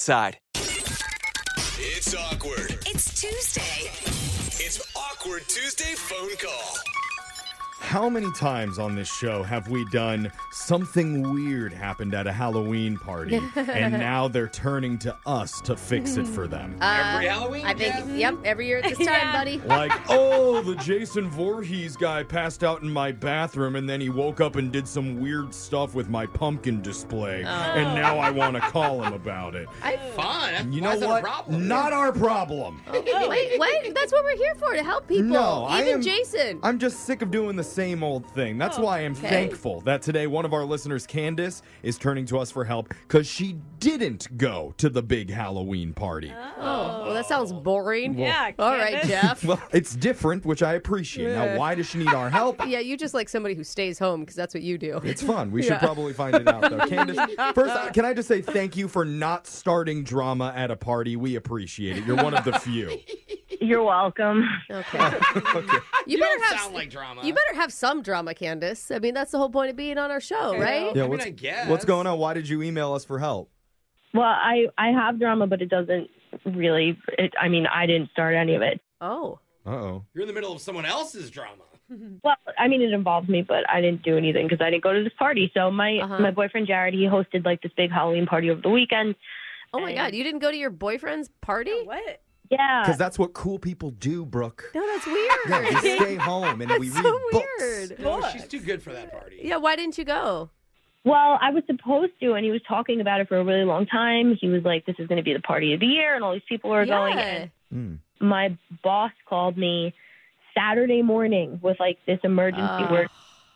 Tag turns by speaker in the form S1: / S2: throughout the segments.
S1: Side.
S2: It's awkward.
S3: It's Tuesday.
S2: It's Awkward Tuesday phone call.
S4: How many times on this show have we done something weird happened at a Halloween party and now they're turning to us to fix it for them?
S2: Every Halloween?
S5: I think, yep, every year at this time, buddy.
S4: Like, oh, the Jason Voorhees guy passed out in my bathroom and then he woke up and did some weird stuff with my pumpkin display.
S2: Oh.
S4: And now I want to call him about it.
S2: Fine.
S4: You
S2: Why
S4: know
S2: is that A
S4: what?
S2: problem? Oh.
S4: Not our problem.
S5: Wait, wait, that's what we're here for, to help people.
S4: No, I
S5: Even
S4: am-
S5: Jason.
S4: I'm just sick of doing the same old thing. That's why I'm thankful that today one of our listeners, Candace, is turning to us for help because she didn't go to the big Halloween party.
S5: oh, well, that sounds boring.
S6: Yeah,
S5: All right,
S6: Candace.
S5: Jeff.
S4: Well, it's different, which I appreciate. Now, why does she need our help?
S5: Yeah, you just like somebody who stays home because that's what you do.
S4: It's fun. We should probably find it out, though. Candace, first, uh, can I just say thank you for not starting drama at a party? We appreciate it. You're one of the few.
S6: You're welcome.
S5: Okay.
S4: okay.
S5: You,
S2: You
S5: better
S2: don't
S5: have
S2: sound like drama.
S5: you better have some drama, Candace. I mean, that's the whole point of being on our show, right?
S2: I mean, I guess.
S4: what's going on? Why did you email us for help?
S6: Well, I I have drama, but it doesn't really. It, I mean, I didn't start any of it.
S5: Oh.
S4: Uh oh.
S2: You're in the middle of someone else's drama.
S6: Well, I mean, it involved me, but I didn't do anything because I didn't go to this party. So my
S5: Uh-huh.
S6: my boyfriend Jared, he hosted like this big Halloween party over the weekend.
S5: Oh my God! You didn't go to your boyfriend's party?
S6: What?
S4: Because
S6: Yeah.
S4: that's what cool people do, Brooke.
S5: No, that's weird.
S4: Yeah, we stay home and we read
S5: so
S4: books.
S5: weird.
S2: No, she's too good for that party.
S5: Yeah, why didn't you go?
S6: Well, I was supposed to, and he was talking about it for a really long time. He was like, "This is going to be the party of the year," and all these people are going.
S5: Yeah.
S6: And my boss called me Saturday morning with like this emergency
S5: Ugh.
S6: work,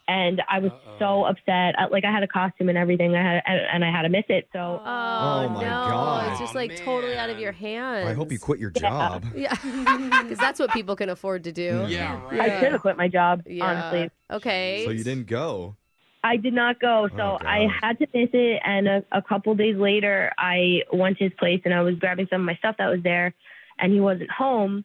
S6: and I was so upset. I, like I had a costume and everything, I had and, and I had to miss it. So
S5: Oh, no!
S4: my God.
S5: It's just
S2: Aw,
S5: like totally out of
S2: man.
S5: your hands.
S4: I hope you quit your job.
S5: Yeah, because that's what people can afford to do.
S2: Yeah, right.
S6: I should have quit my job.
S5: Yeah.
S6: Honestly,
S5: Okay.
S4: So you didn't go.
S6: I did not go, so
S4: Oh, God.
S6: I had to miss it. And a, a couple days later, I went to his place and I was grabbing some of my stuff that was there, and he wasn't home.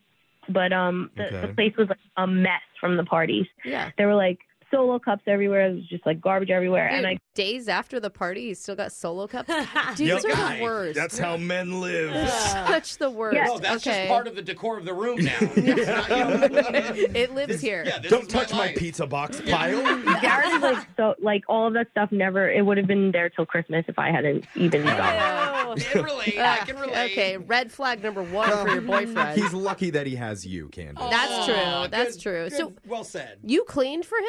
S6: But um, the,
S4: Okay.
S6: the place was like a mess from the party.
S5: Yeah.
S6: There were like solo cups everywhere. It was just like garbage everywhere,
S5: Dude,
S6: and I
S5: days after the party, he's still got solo cups. Dudes
S4: Yup.
S5: are
S2: Guy,
S5: the worst.
S4: how men live.
S5: such the worst.
S6: Yeah.
S2: No, Oh, that's
S5: okay.
S2: just part of the decor of the room now. It's not you.
S5: it lives
S2: This-
S5: here.
S2: Yeah, this
S4: Don't
S2: is
S4: touch my
S2: life.
S4: pizza box pile.
S6: Jared's like so like all of that stuff never it would have been there till Christmas if I hadn't even gone.
S2: I can relate. I can relate.
S5: Ah, Okay, red flag number one for your boyfriend.
S4: He's lucky that he has you, Candace.
S5: That's true.
S2: Aw,
S5: That's
S2: good-
S5: true.
S2: good-
S5: So
S2: well said.
S5: you cleaned for him?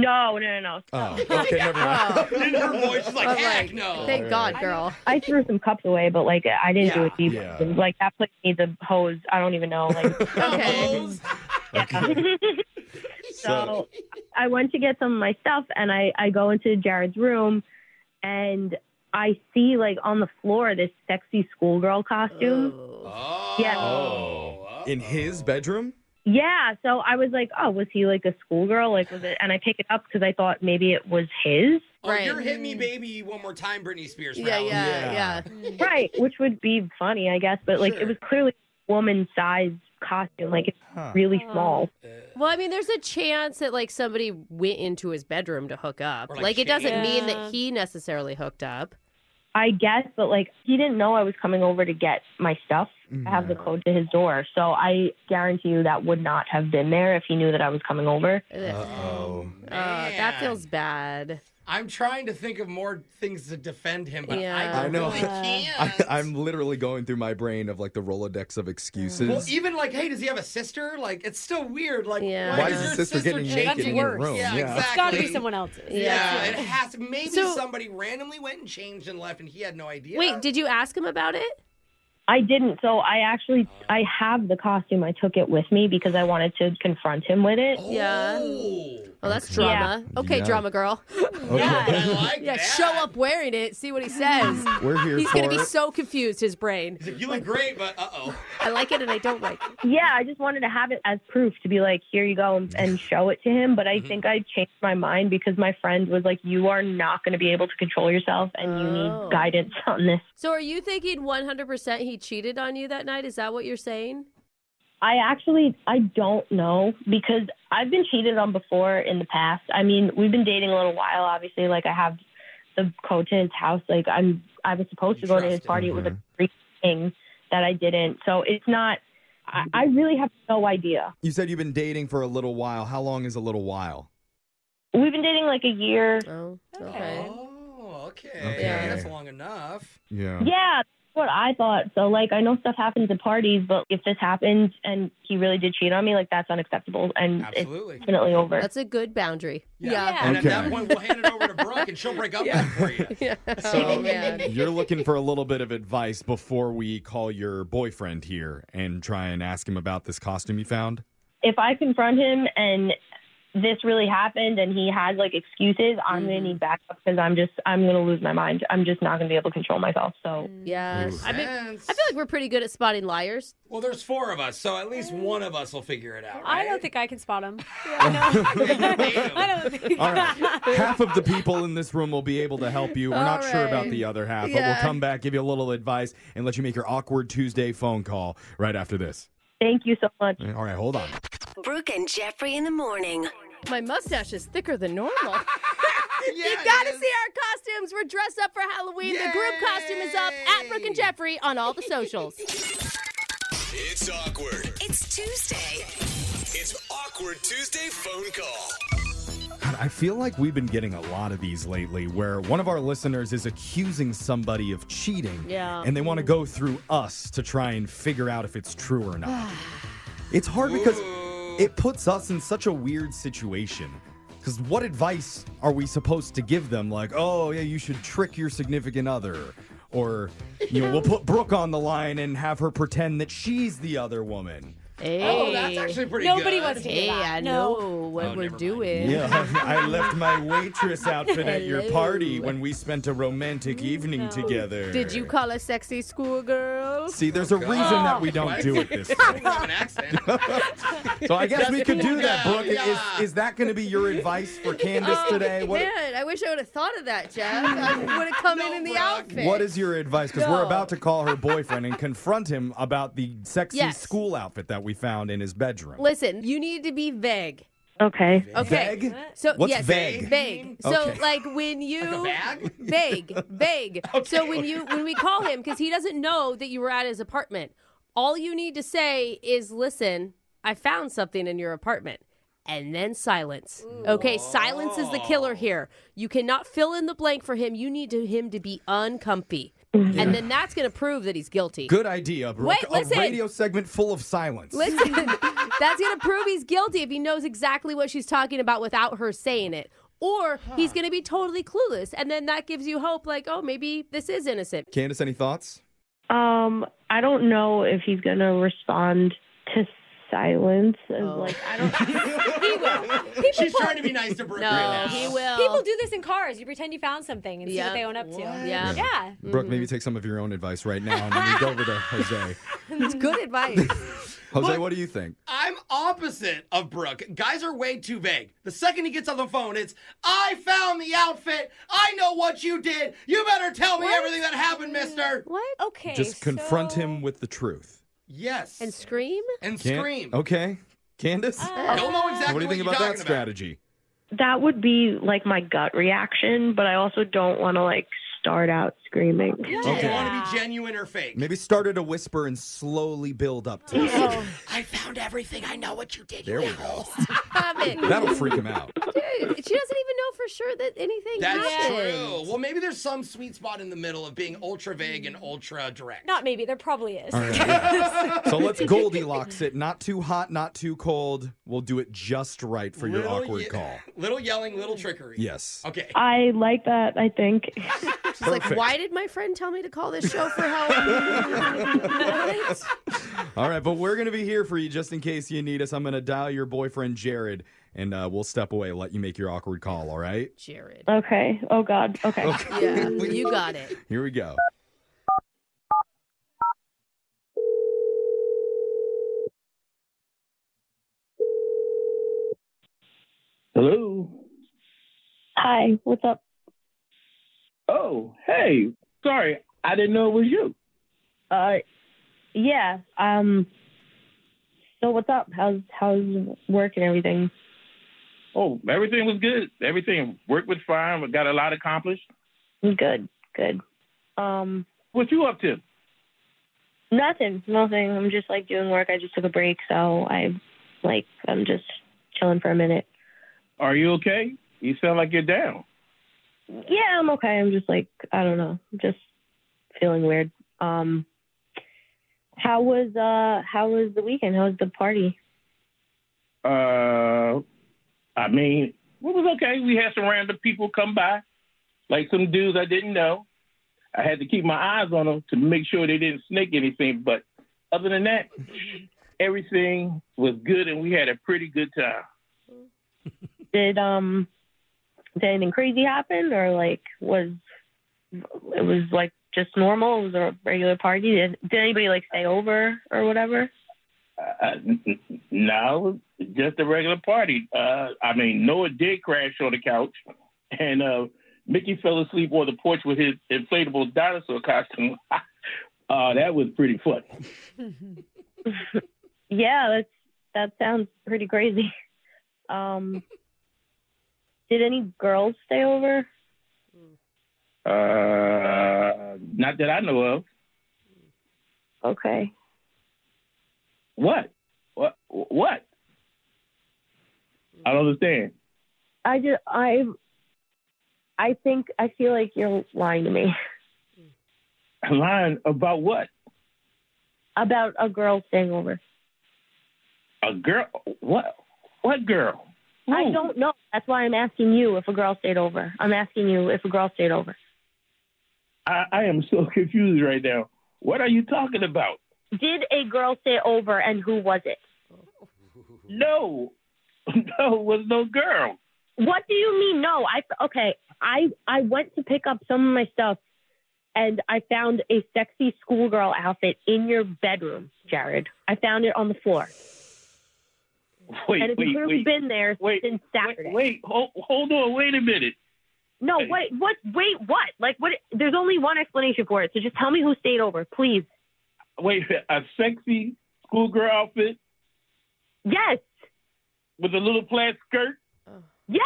S6: No, no, no, no.
S4: Oh, okay, never mind.
S2: In her voice, she's like,
S5: I'm
S2: heck
S5: like,
S2: no.
S5: Thank God, girl.
S6: I threw some cups away, but like I didn't do it deep.
S4: Yeah.
S6: Like that place needs a hose. I don't even know. Like "Oh."
S5: Okay.
S4: Okay.
S6: so I went to get some of my stuff and I, I go into Jared's room and I see like on the floor this sexy schoolgirl costume.
S2: Oh.
S6: Yeah.
S4: Oh. In his bedroom?
S6: Yeah, so I was like, oh, was he like a schoolgirl? Like, was it? And I pick it up because I thought maybe it was his,
S2: Oh, you're
S5: Right.
S2: hit me, baby, one more time, Britney Spears.
S5: Yeah,
S2: Raul.
S5: yeah, yeah.
S6: right? Which would be funny, I guess. But like,
S2: Sure.
S6: it was clearly woman-sized costume. Like, it's really small.
S5: Well, I mean, there's a chance that like somebody went into his bedroom to hook up.
S2: Or,
S5: Like,
S2: like,
S5: it doesn't
S2: cheated.
S5: mean that he necessarily hooked up.
S6: I guess, but like, he didn't know I was coming over to get my stuff. I have the code to his door, so I guarantee you that would not have been there if he knew that I was coming over.
S4: Oh.
S5: Uh, that
S2: Man.
S5: feels bad.
S2: I'm trying to think of more things to defend him, but
S5: Yeah.
S2: I,
S4: I know.
S2: really can't.
S4: I, I'm literally going through my brain of like the Rolodex of excuses.
S2: well, even like, hey, does he have a sister? Like, it's still weird. Like,
S5: Yeah.
S2: why,
S4: Why
S2: does
S4: is
S2: your
S4: his sister getting
S2: change-
S4: naked in your room?
S2: Yeah, exactly.
S3: It's got to be someone else's.
S2: Yeah, it has to. Maybe
S5: So-
S2: somebody randomly went and changed and left, and he had no idea.
S5: Wait, did you ask him about it?
S6: I didn't, so I actually I have the costume. I took it with me because I wanted to confront him with it.
S5: Yeah.
S2: Oh,
S5: Oh, that's drama. Okay,
S4: Yeah.
S5: drama girl.
S2: I
S4: Okay.
S2: like
S5: Yeah,
S2: that.
S5: show up wearing it. See what he says.
S4: We're here
S5: He's
S4: for
S5: gonna be
S4: it.
S5: so confused. His brain.
S2: He's like, you look great, but uh oh.
S5: I like it and I don't like it.
S6: Yeah, I just wanted to have it as proof to be like, here you go, and, and show it to him. But
S4: Mm-hmm.
S6: I think I changed my mind because my friend was like, you are not going to be able to control yourself, and you
S5: Oh.
S6: need guidance on this.
S5: So, are you thinking 100% he cheated on you that night? Is that what you're saying?
S6: I actually I don't know because I've been cheated on before in the past. I mean, we've been dating a little while, obviously. Like I have the code to his house. Like I'm I was supposed to go to his
S2: Trust him.
S6: party. It was a freak thing that I didn't. So it's not. I, I really have no idea.
S4: Mm-hmm. You said you've been dating for a little while. How long is a little while?
S6: We've been dating like a year.
S5: Oh, okay.
S3: Okay.
S2: Oh, okay.
S4: Okay.
S2: Yeah, that's long enough.
S4: Yeah.
S6: Yeah, that's what I thought. So like I know stuff happens at parties, but if this happens and he really did cheat on me, like that's unacceptable and it's
S2: Absolutely.
S6: definitely over.
S5: That's a good boundary.
S2: And at that
S4: Okay.
S2: point, we'll hand it over to Brooke, and she'll break up that for you.
S5: Yeah. Oh,
S4: So
S5: man.
S4: you're looking for a little bit of advice before we call your boyfriend here and try and ask him about this costume you found.
S6: if I confront him and this really happened and he has like excuses, I'm
S5: Mm-hmm.
S6: gonna need backup because I'm just I'm gonna lose my mind. I'm just not gonna be able to control myself. So
S5: Mm. Yes. I mean,
S2: Sense.
S5: I feel like we're pretty good at spotting liars.
S2: well, there's four of us, so at least one of us will figure it out.
S3: I
S2: right?
S3: don't think I can spot him. I don't think.
S4: All right. half of the people in this room will be able to help you. We're not
S5: All
S4: sure about
S5: right.
S4: the other half, but
S5: Yeah.
S4: we'll come back, give you a little advice, and let you make your awkward Tuesday phone call right after this.
S6: thank you so much.
S4: All right, hold on.
S7: Brooke and Jeffrey in the morning.
S5: My mustache is thicker than normal. you
S2: Yeah, it
S5: gotta
S2: is.
S5: see our costumes. We're dressed up for Halloween. The group costume is up at Brooke and Jeffrey on all the socials.
S8: It's awkward.
S7: It's Tuesday.
S8: It's awkward Tuesday phone call.
S4: God, I feel like we've been getting a lot of these lately where one of our listeners is accusing somebody of cheating.
S5: Yeah.
S4: And they want to go through us to try and figure out if it's true or not. it's hard because it puts us in such a weird situation. Because what advice are we supposed to give them? Like, oh, yeah, you should trick your significant other. Or, you know, we'll put Brooke on the line and have her pretend that she's the other woman.
S2: Oh, that's
S5: Hey.
S2: actually pretty
S3: Nobody
S2: good.
S3: wants to do
S5: Hey, I
S3: that.
S5: know what we're
S2: Oh, never mind.
S5: doing.
S4: Yeah, I left my waitress outfit at your
S5: Hello.
S4: party when we spent a romantic evening together. Oh,
S5: Did you call us sexy schoolgirl?
S4: See, there's a reason that we don't do it this way.
S2: have an accent.
S4: So I guess we could do that,
S2: Yeah,
S4: Brooke.
S2: yeah.
S4: Is, is that going to be your advice for Candace today? What,
S5: Oh, Man, I wish I would have thought of that, Jeff. I would have come in in the
S2: Brooke.
S5: outfit.
S4: what is your advice? Because we're
S5: No.
S4: about to call her boyfriend and confront him about the sexy
S5: Yes.
S4: school outfit that we found in his bedroom.
S5: Listen, you need to be vague.
S6: Okay.
S5: Okay.
S4: Vague?
S5: So
S4: What's
S5: yes,
S4: vague?
S5: Vague. So
S4: Okay.
S5: like when you
S2: bag?
S5: vague, vague. So when you when we call him because he doesn't know that you were at his apartment, all you need to say is, "Listen, I found something in your apartment." And then silence. Okay, silence is the killer here. You cannot fill in the blank for him. You need to, him to be uncomfy, and then that's going to prove that he's guilty.
S4: Good idea, Brooke.
S5: Wait, listen.
S4: A radio segment full of silence.
S5: Listen, That's going to prove he's guilty if he knows exactly what she's talking about without her saying it. Or he's going to be totally clueless. And then that gives you hope like, oh, maybe this is innocent.
S4: Candace, any thoughts?
S6: Um, I don't know if he's gonna respond to silence. As like I don't.
S3: People
S2: She's
S3: put-
S2: trying to be nice to Brooke
S5: No,
S2: right now.
S5: Uh, he will.
S3: People do this in cars. You pretend you found something and see
S5: Yep.
S3: what they own up to.
S5: Yeah.
S3: Yeah.
S4: Brooke,
S5: Mm-hmm.
S4: maybe take some of your own advice right now and then we go over to Jose.
S5: It's good advice.
S4: Jose, what do you think?
S2: I'm opposite of Brooke. Guys are way too vague. The second he gets on the phone, it's I found the outfit. I know what you did. You better tell me
S3: What?
S2: everything that happened, Mister.
S5: What?
S3: Okay.
S4: Just confront him with the truth.
S2: Yes.
S5: And scream?
S2: And
S4: Can-
S2: scream.
S4: Okay. Candace?
S5: Uh,
S2: Don't know exactly
S4: what do you think
S2: you're
S4: about that
S2: talking
S4: strategy?
S6: That would be like my gut reaction, but I also don't want to like start out screaming.
S2: Do you
S4: Okay.
S2: want to be genuine or fake?
S4: Maybe start at a whisper and slowly build up to it.
S5: Oh.
S2: I found everything. I know what you did.
S4: There we go.
S5: Stop it.
S4: That'll freak him out.
S5: Dude, she doesn't even know for sure that anything
S2: That's
S5: happened.
S2: true. Well, maybe there's some sweet spot in the middle of being ultra vague and ultra direct.
S3: Not maybe. There probably is.
S4: All right, yeah. So let's Goldilocks it. Not too hot, not too cold. We'll do it just right for your
S2: Little
S4: awkward
S2: ye-
S4: call.
S2: Little yelling, little trickery.
S4: Yes.
S2: Okay.
S6: I like that. I think.
S5: She's like, why did my friend tell me to call this show for help?
S4: All right, but we're going to be here for you just in case you need us. I'm going to dial your boyfriend, Jared, and uh, we'll step away and let you make your awkward call, all right?
S5: Jared.
S6: Okay. Oh God. Okay.
S5: Yeah, you got it.
S4: Here we go.
S9: Hello.
S6: Hi. What's up?
S9: Oh, hey. Sorry, I didn't know it was you.
S6: Uh, yeah. Um. So what's up? How's how's work and everything?
S9: Oh, everything was good. Everything worked was fine. We got a lot accomplished.
S6: Good. Good. Um.
S9: What you up to?
S6: Nothing, nothing. I'm just like doing work. I just took a break, so I like I'm just chilling for a minute.
S9: Are you okay? You sound like you're down.
S6: Yeah, I'm okay. I'm just like I don't know, I'm just feeling weird. Um, how was uh how was the weekend? How was the party?
S9: Uh, I mean, it was okay. We had some random people come by, like some dudes I didn't know. I had to keep my eyes on them to make sure they didn't snake anything. But other than that, everything was good, and we had a pretty good time.
S6: Did um did anything crazy happen or like was it was like just normal? It was a regular party. Did did anybody like stay over or whatever?
S9: Uh, n- n- no, just a regular party. Uh, I mean, Noah did crash on the couch, and uh, Mickey fell asleep on the porch with his inflatable dinosaur costume. uh, that was pretty fun.
S6: Yeah, that's that sounds pretty crazy. Um, did any girls stay over?
S9: Uh, not that I know of.
S6: Okay.
S9: What? What? What? I don't understand.
S6: I just I I think I feel like you're lying to me
S9: Lying about what?
S6: about a girl staying over.
S9: A girl? What? What girl?
S6: I
S9: Who?
S6: don't know. That's why I'm asking you if a girl stayed over. I'm asking you if a girl stayed over.
S9: I, I am so confused right now. What are you talking about?
S6: Did a girl stay over and who was it?
S9: No, no, it was no girl.
S6: What do you mean? No, I okay. I I went to pick up some of my stuff, and I found a sexy schoolgirl outfit in your bedroom, Jared. I found it on the floor,
S9: Wait,
S6: and it's
S9: wait,
S6: clearly
S9: wait,
S6: been there
S9: wait,
S6: since Saturday.
S9: wait. Hold, hold on. Wait a minute.
S6: No, wait, what? Wait, what? Like what? There's only one explanation for it. So just tell me who stayed over, please.
S9: Wait, a sexy schoolgirl outfit
S6: Yes,
S9: with a little plaid skirt.
S6: yes.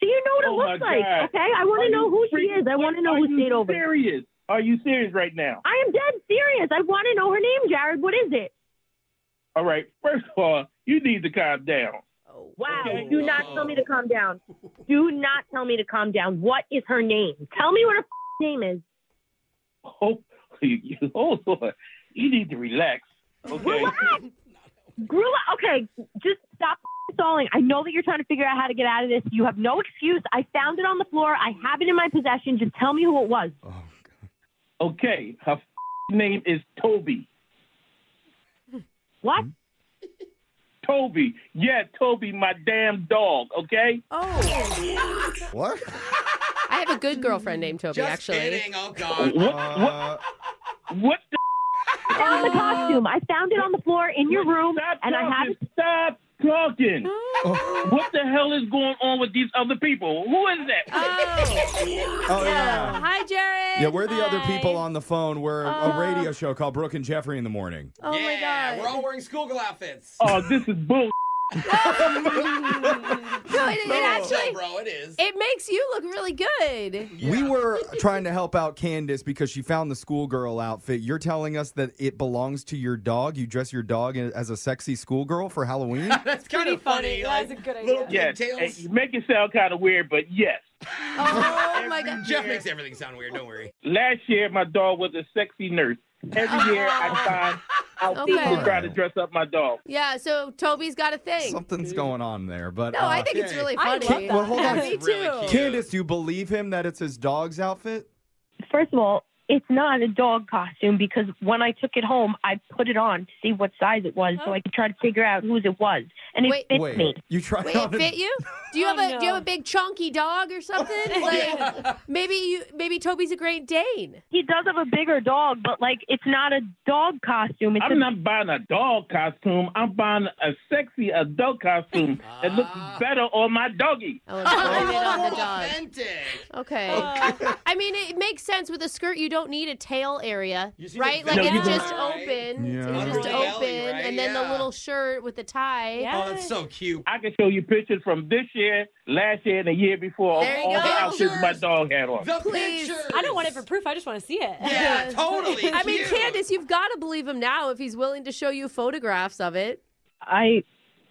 S6: So you know
S9: Oh,
S6: what
S9: my
S6: it looks like,
S9: God.
S6: okay? I want
S9: Are
S6: to know
S9: you
S6: who she
S9: freak-
S6: is. I want to know
S9: Are
S6: who
S9: you
S6: stayed over.
S9: Serious? Are you serious right now?
S6: I am dead serious. I want to know her name, Jared. What is it?
S9: All right. First of all, you need to calm down.
S6: Wow.
S2: Oh,
S6: Do not tell me to calm down. Do not tell me to calm down. What is her name? Tell me what her f- name is.
S9: Oh, you, hold on. You need to relax. Okay.
S6: Relax. grew up. Okay, just stop stalling. I know that you're trying to figure out how to get out of this. You have no excuse. I found it on the floor. I have it in my possession. Just tell me who it was.
S9: Okay, her f***ing name is Toby.
S6: What?
S9: Toby. Yeah, Toby, my damn dog, okay?
S5: Oh.
S4: What?
S5: I have a good girlfriend named Toby,
S2: Just
S5: actually.
S2: kidding. Oh, God.
S9: What?
S4: Uh,
S9: What? What the?
S6: I found the costume. I found it on the floor in your room, and I have it.
S9: Stop talking.
S4: Oh.
S9: what the hell is going on with these other people? Who is that?
S4: Oh, yeah.
S5: Hi, Jared.
S4: Yeah, we're the other people on the phone. We're a,
S9: Uh,
S4: a radio show called Brooke and Jeffrey in the Morning.
S5: Oh
S2: my god. We're all wearing schoolgirl outfits.
S9: Oh, this is bull.
S5: No, it, it
S2: No.
S5: actually,
S2: Chill, bro, it is.
S5: It makes you look really good.
S4: We were trying to help out Candace because she found the schoolgirl outfit. You're telling us that it belongs to your dog. You dress your dog in- as a sexy schoolgirl for Halloween?
S2: That's kind of funny. That's a good idea. Little
S9: Yes,
S2: pigtails.
S9: you make it sound kind of weird, but yes.
S5: Oh my god.
S2: Jeff makes everything sound weird. Don't worry.
S9: Last year, my dog was a sexy nurse. Every year, I find outfits
S5: Okay.
S9: to try to dress up my dog.
S5: Yeah, so Toby's got a thing.
S4: Oh, Something's going on there, but
S5: No,
S4: uh,
S5: I think it's really funny.
S4: Ca- well, hold on.
S5: Me too.
S4: Candace, do you believe him that it's his dog's outfit?
S6: First of all, it's not a dog costume because when I took it home, I put it on to see what size it was, so I could try to figure out whose it was, and it
S5: Wait.
S6: fits
S4: Wait,
S6: me.
S4: you tried
S5: Wait,
S4: on
S5: it
S4: a-
S5: fit you? Do
S6: Oh,
S5: you have a do you have a big chunky dog or something? Like maybe you maybe Toby's a Great Dane.
S6: He does have a bigger dog, but like it's not a dog costume. It's a
S9: I'm not buying a dog costume. I'm buying a sexy adult costume that looks
S2: Ah.
S9: better on my doggy.
S5: Oh, and blame it on the dog.
S2: Authentic.
S5: Okay.
S2: Oh.
S5: I mean, it makes sense with a skirt. You don't need a tail area,
S2: You see
S5: right?
S2: the
S5: Like
S2: belly,
S5: it's just
S2: right?
S5: open.
S4: Yeah.
S5: It's just
S2: Belly,
S5: open,
S2: right?
S5: and then the
S2: Yeah.
S5: little shirt with the tie.
S2: Oh, that's so cute.
S9: I can show you pictures from this year, last year, and the year before of
S5: There you
S9: all
S5: go.
S9: the outfits my dog had on.
S2: The
S5: Please.
S2: pictures.
S3: I don't want it for proof. I just want to see it.
S2: Yeah, totally.
S5: I mean,
S2: cute.
S5: Candace, you've got to believe him now if he's willing to show you photographs of it.
S6: I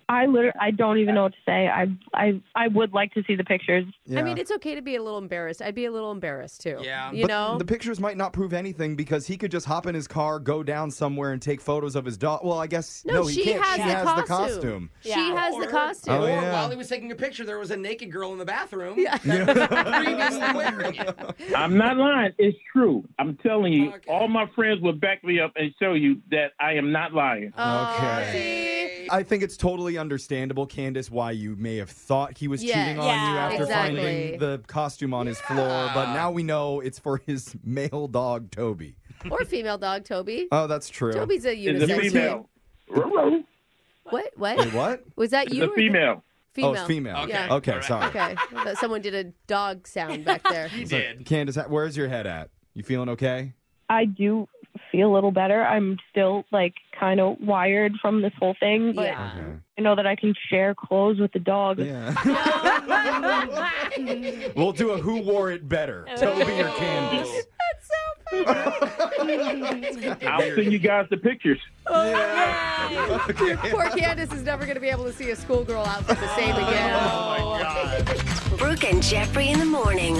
S6: I literally I don't even know what to say. I I I would like to see the pictures.
S5: I
S4: Yeah.
S5: mean, it's okay to be a little embarrassed. I'd be a little embarrassed too.
S2: Yeah.
S5: You
S4: but
S5: know?
S4: the pictures might not prove anything because he could just hop in his car, go down somewhere, and take photos of his dog. Well, I guess
S5: no,
S4: he
S5: she
S4: can't.
S5: has,
S4: she
S5: the,
S4: has
S5: costume.
S4: the costume.
S5: She
S3: Yeah.
S5: has the
S2: Or-
S5: costume.
S4: Oh,
S2: or
S4: yeah.
S2: while he was taking a picture, there was a naked girl in the bathroom. Yeah. previously wearing it.
S9: I'm not lying. It's true. I'm telling you. All my friends will back me up and show you that I am not lying.
S5: Oh, Okay.
S4: I think it's totally understandable, Candace, why you may have thought he was
S5: Yeah.
S4: cheating on you
S3: Yeah,
S4: after
S5: exactly.
S4: finding the costume on his floor, but now we know it's for his male dog, Toby.
S5: or female dog, Toby.
S4: Oh, that's true.
S5: Toby's a
S9: It's a
S5: unisex.
S9: female.
S5: What? What?
S4: Wait, what?
S5: Was that you?
S9: It's
S5: or
S9: a female.
S5: Female.
S4: Oh, it's female. Okay,
S5: Yeah.
S4: sorry.
S5: Okay. I thought Someone did a dog sound back there.
S2: He
S4: So,
S2: did.
S4: Candace, where's your head at? You feeling okay?
S6: I do feel a little better. I'm still like kind of wired from this whole thing, but
S5: Yeah.
S4: Okay.
S6: I know that I can share clothes with the dog.
S4: Yeah. we'll do a who wore it better, Toby or Candace.
S9: I'll send you guys the pictures.
S5: Poor Candace is never going to be able to see a schoolgirl outfit the same again.
S7: Brooke and Jeffrey in the morning.